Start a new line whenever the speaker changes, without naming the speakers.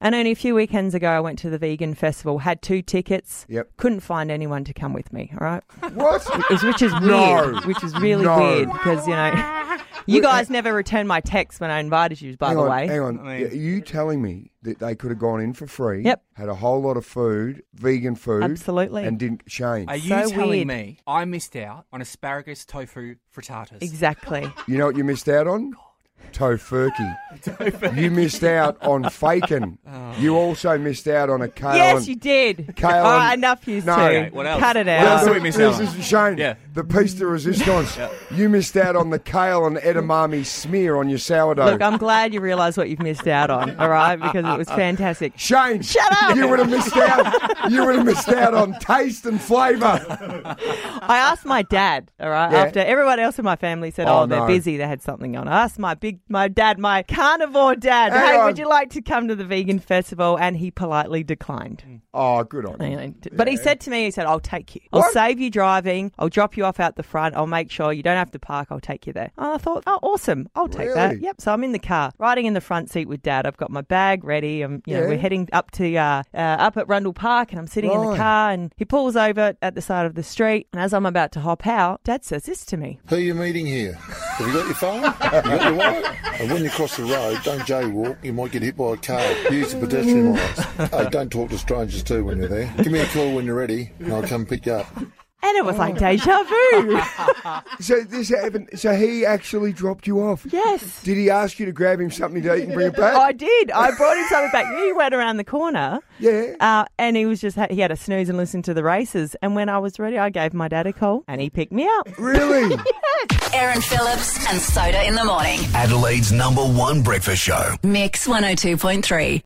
And only a few weekends ago, I went to the vegan festival, had two tickets,
Yep.
couldn't find anyone to come with me, all right?
What?
Which- Which is weird.
No.
Which is really
No.
weird because, you know, you guys never returned my text when I invited you, by
hang
the
on,
way.
hang on.
I mean-
Are you telling me that they could have gone in for free?
Yep.
Had a whole lot of food, vegan food,
Absolutely.
and didn't shame.
Are you
So
telling
weird.
me I missed out on asparagus tofu frittatas?
Exactly.
You know what you missed out on? Tofurkey. you missed out on faking.
Oh.
You also missed out on a kale.
yes,
and-
you did.
Kale
all right,
and-
enough used
No.
to.
Okay,
what else?
Cut it
What
out.
else do we
the-
miss out
this
on?
is Shane.
Yeah.
The piece de resistance. You missed out on the kale and edamame smear on your sourdough.
Look, I'm glad you realised what you've missed out on, all right? Because it was fantastic.
Shane,
Shut up!
You would have missed out. You would have missed out on taste and flavour.
I asked my dad, all right,
Yeah.
after everyone else in my family said,
Oh,
oh, they're
no.
busy, they had something on. I asked my big, my dad, my carnivore dad,
Hang
hey,
on.
would you like to come to the vegan festival? And he politely declined.
Oh, good on
You
you.
know, d- But he said to me, he said, I'll take you. I'll
What?
save you driving. I'll drop you off out the front. I'll make sure you don't have to park. I'll take you there. And I thought, oh, awesome. I'll take that.
Really?
Yep. So I'm in the car, riding in the front seat with dad. I've got my bag ready. I'm, you know,
Yeah.
we're heading up to, uh, uh, up at Rundle Park and I'm sitting in the
Right.
car and he pulls over at the side of the street. And as I'm about to hop out, dad says this to me.
Who are you meeting here? Have you got your phone? Have you got your wallet? And when you cross the road, don't jaywalk. You might get hit by a car. Use the pedestrian lights. Hey, don't talk to strangers too when you're there. Give me a call when you're ready, and I'll come pick you up.
And it was
Oh.
like deja vu.
So this happened. So he actually dropped you off.
yes.
Did he ask you to grab him something to eat and bring it back?
I did. I brought him something back. He went around the corner.
Yeah.
Uh, and he was just, he had a snooze and listened to the races. And when I was ready, I gave my dad a call and he picked me up.
Really?
Aaron Phillips and Soda in the morning. oh
Adelaide's number one breakfast show.
Mix 102.3.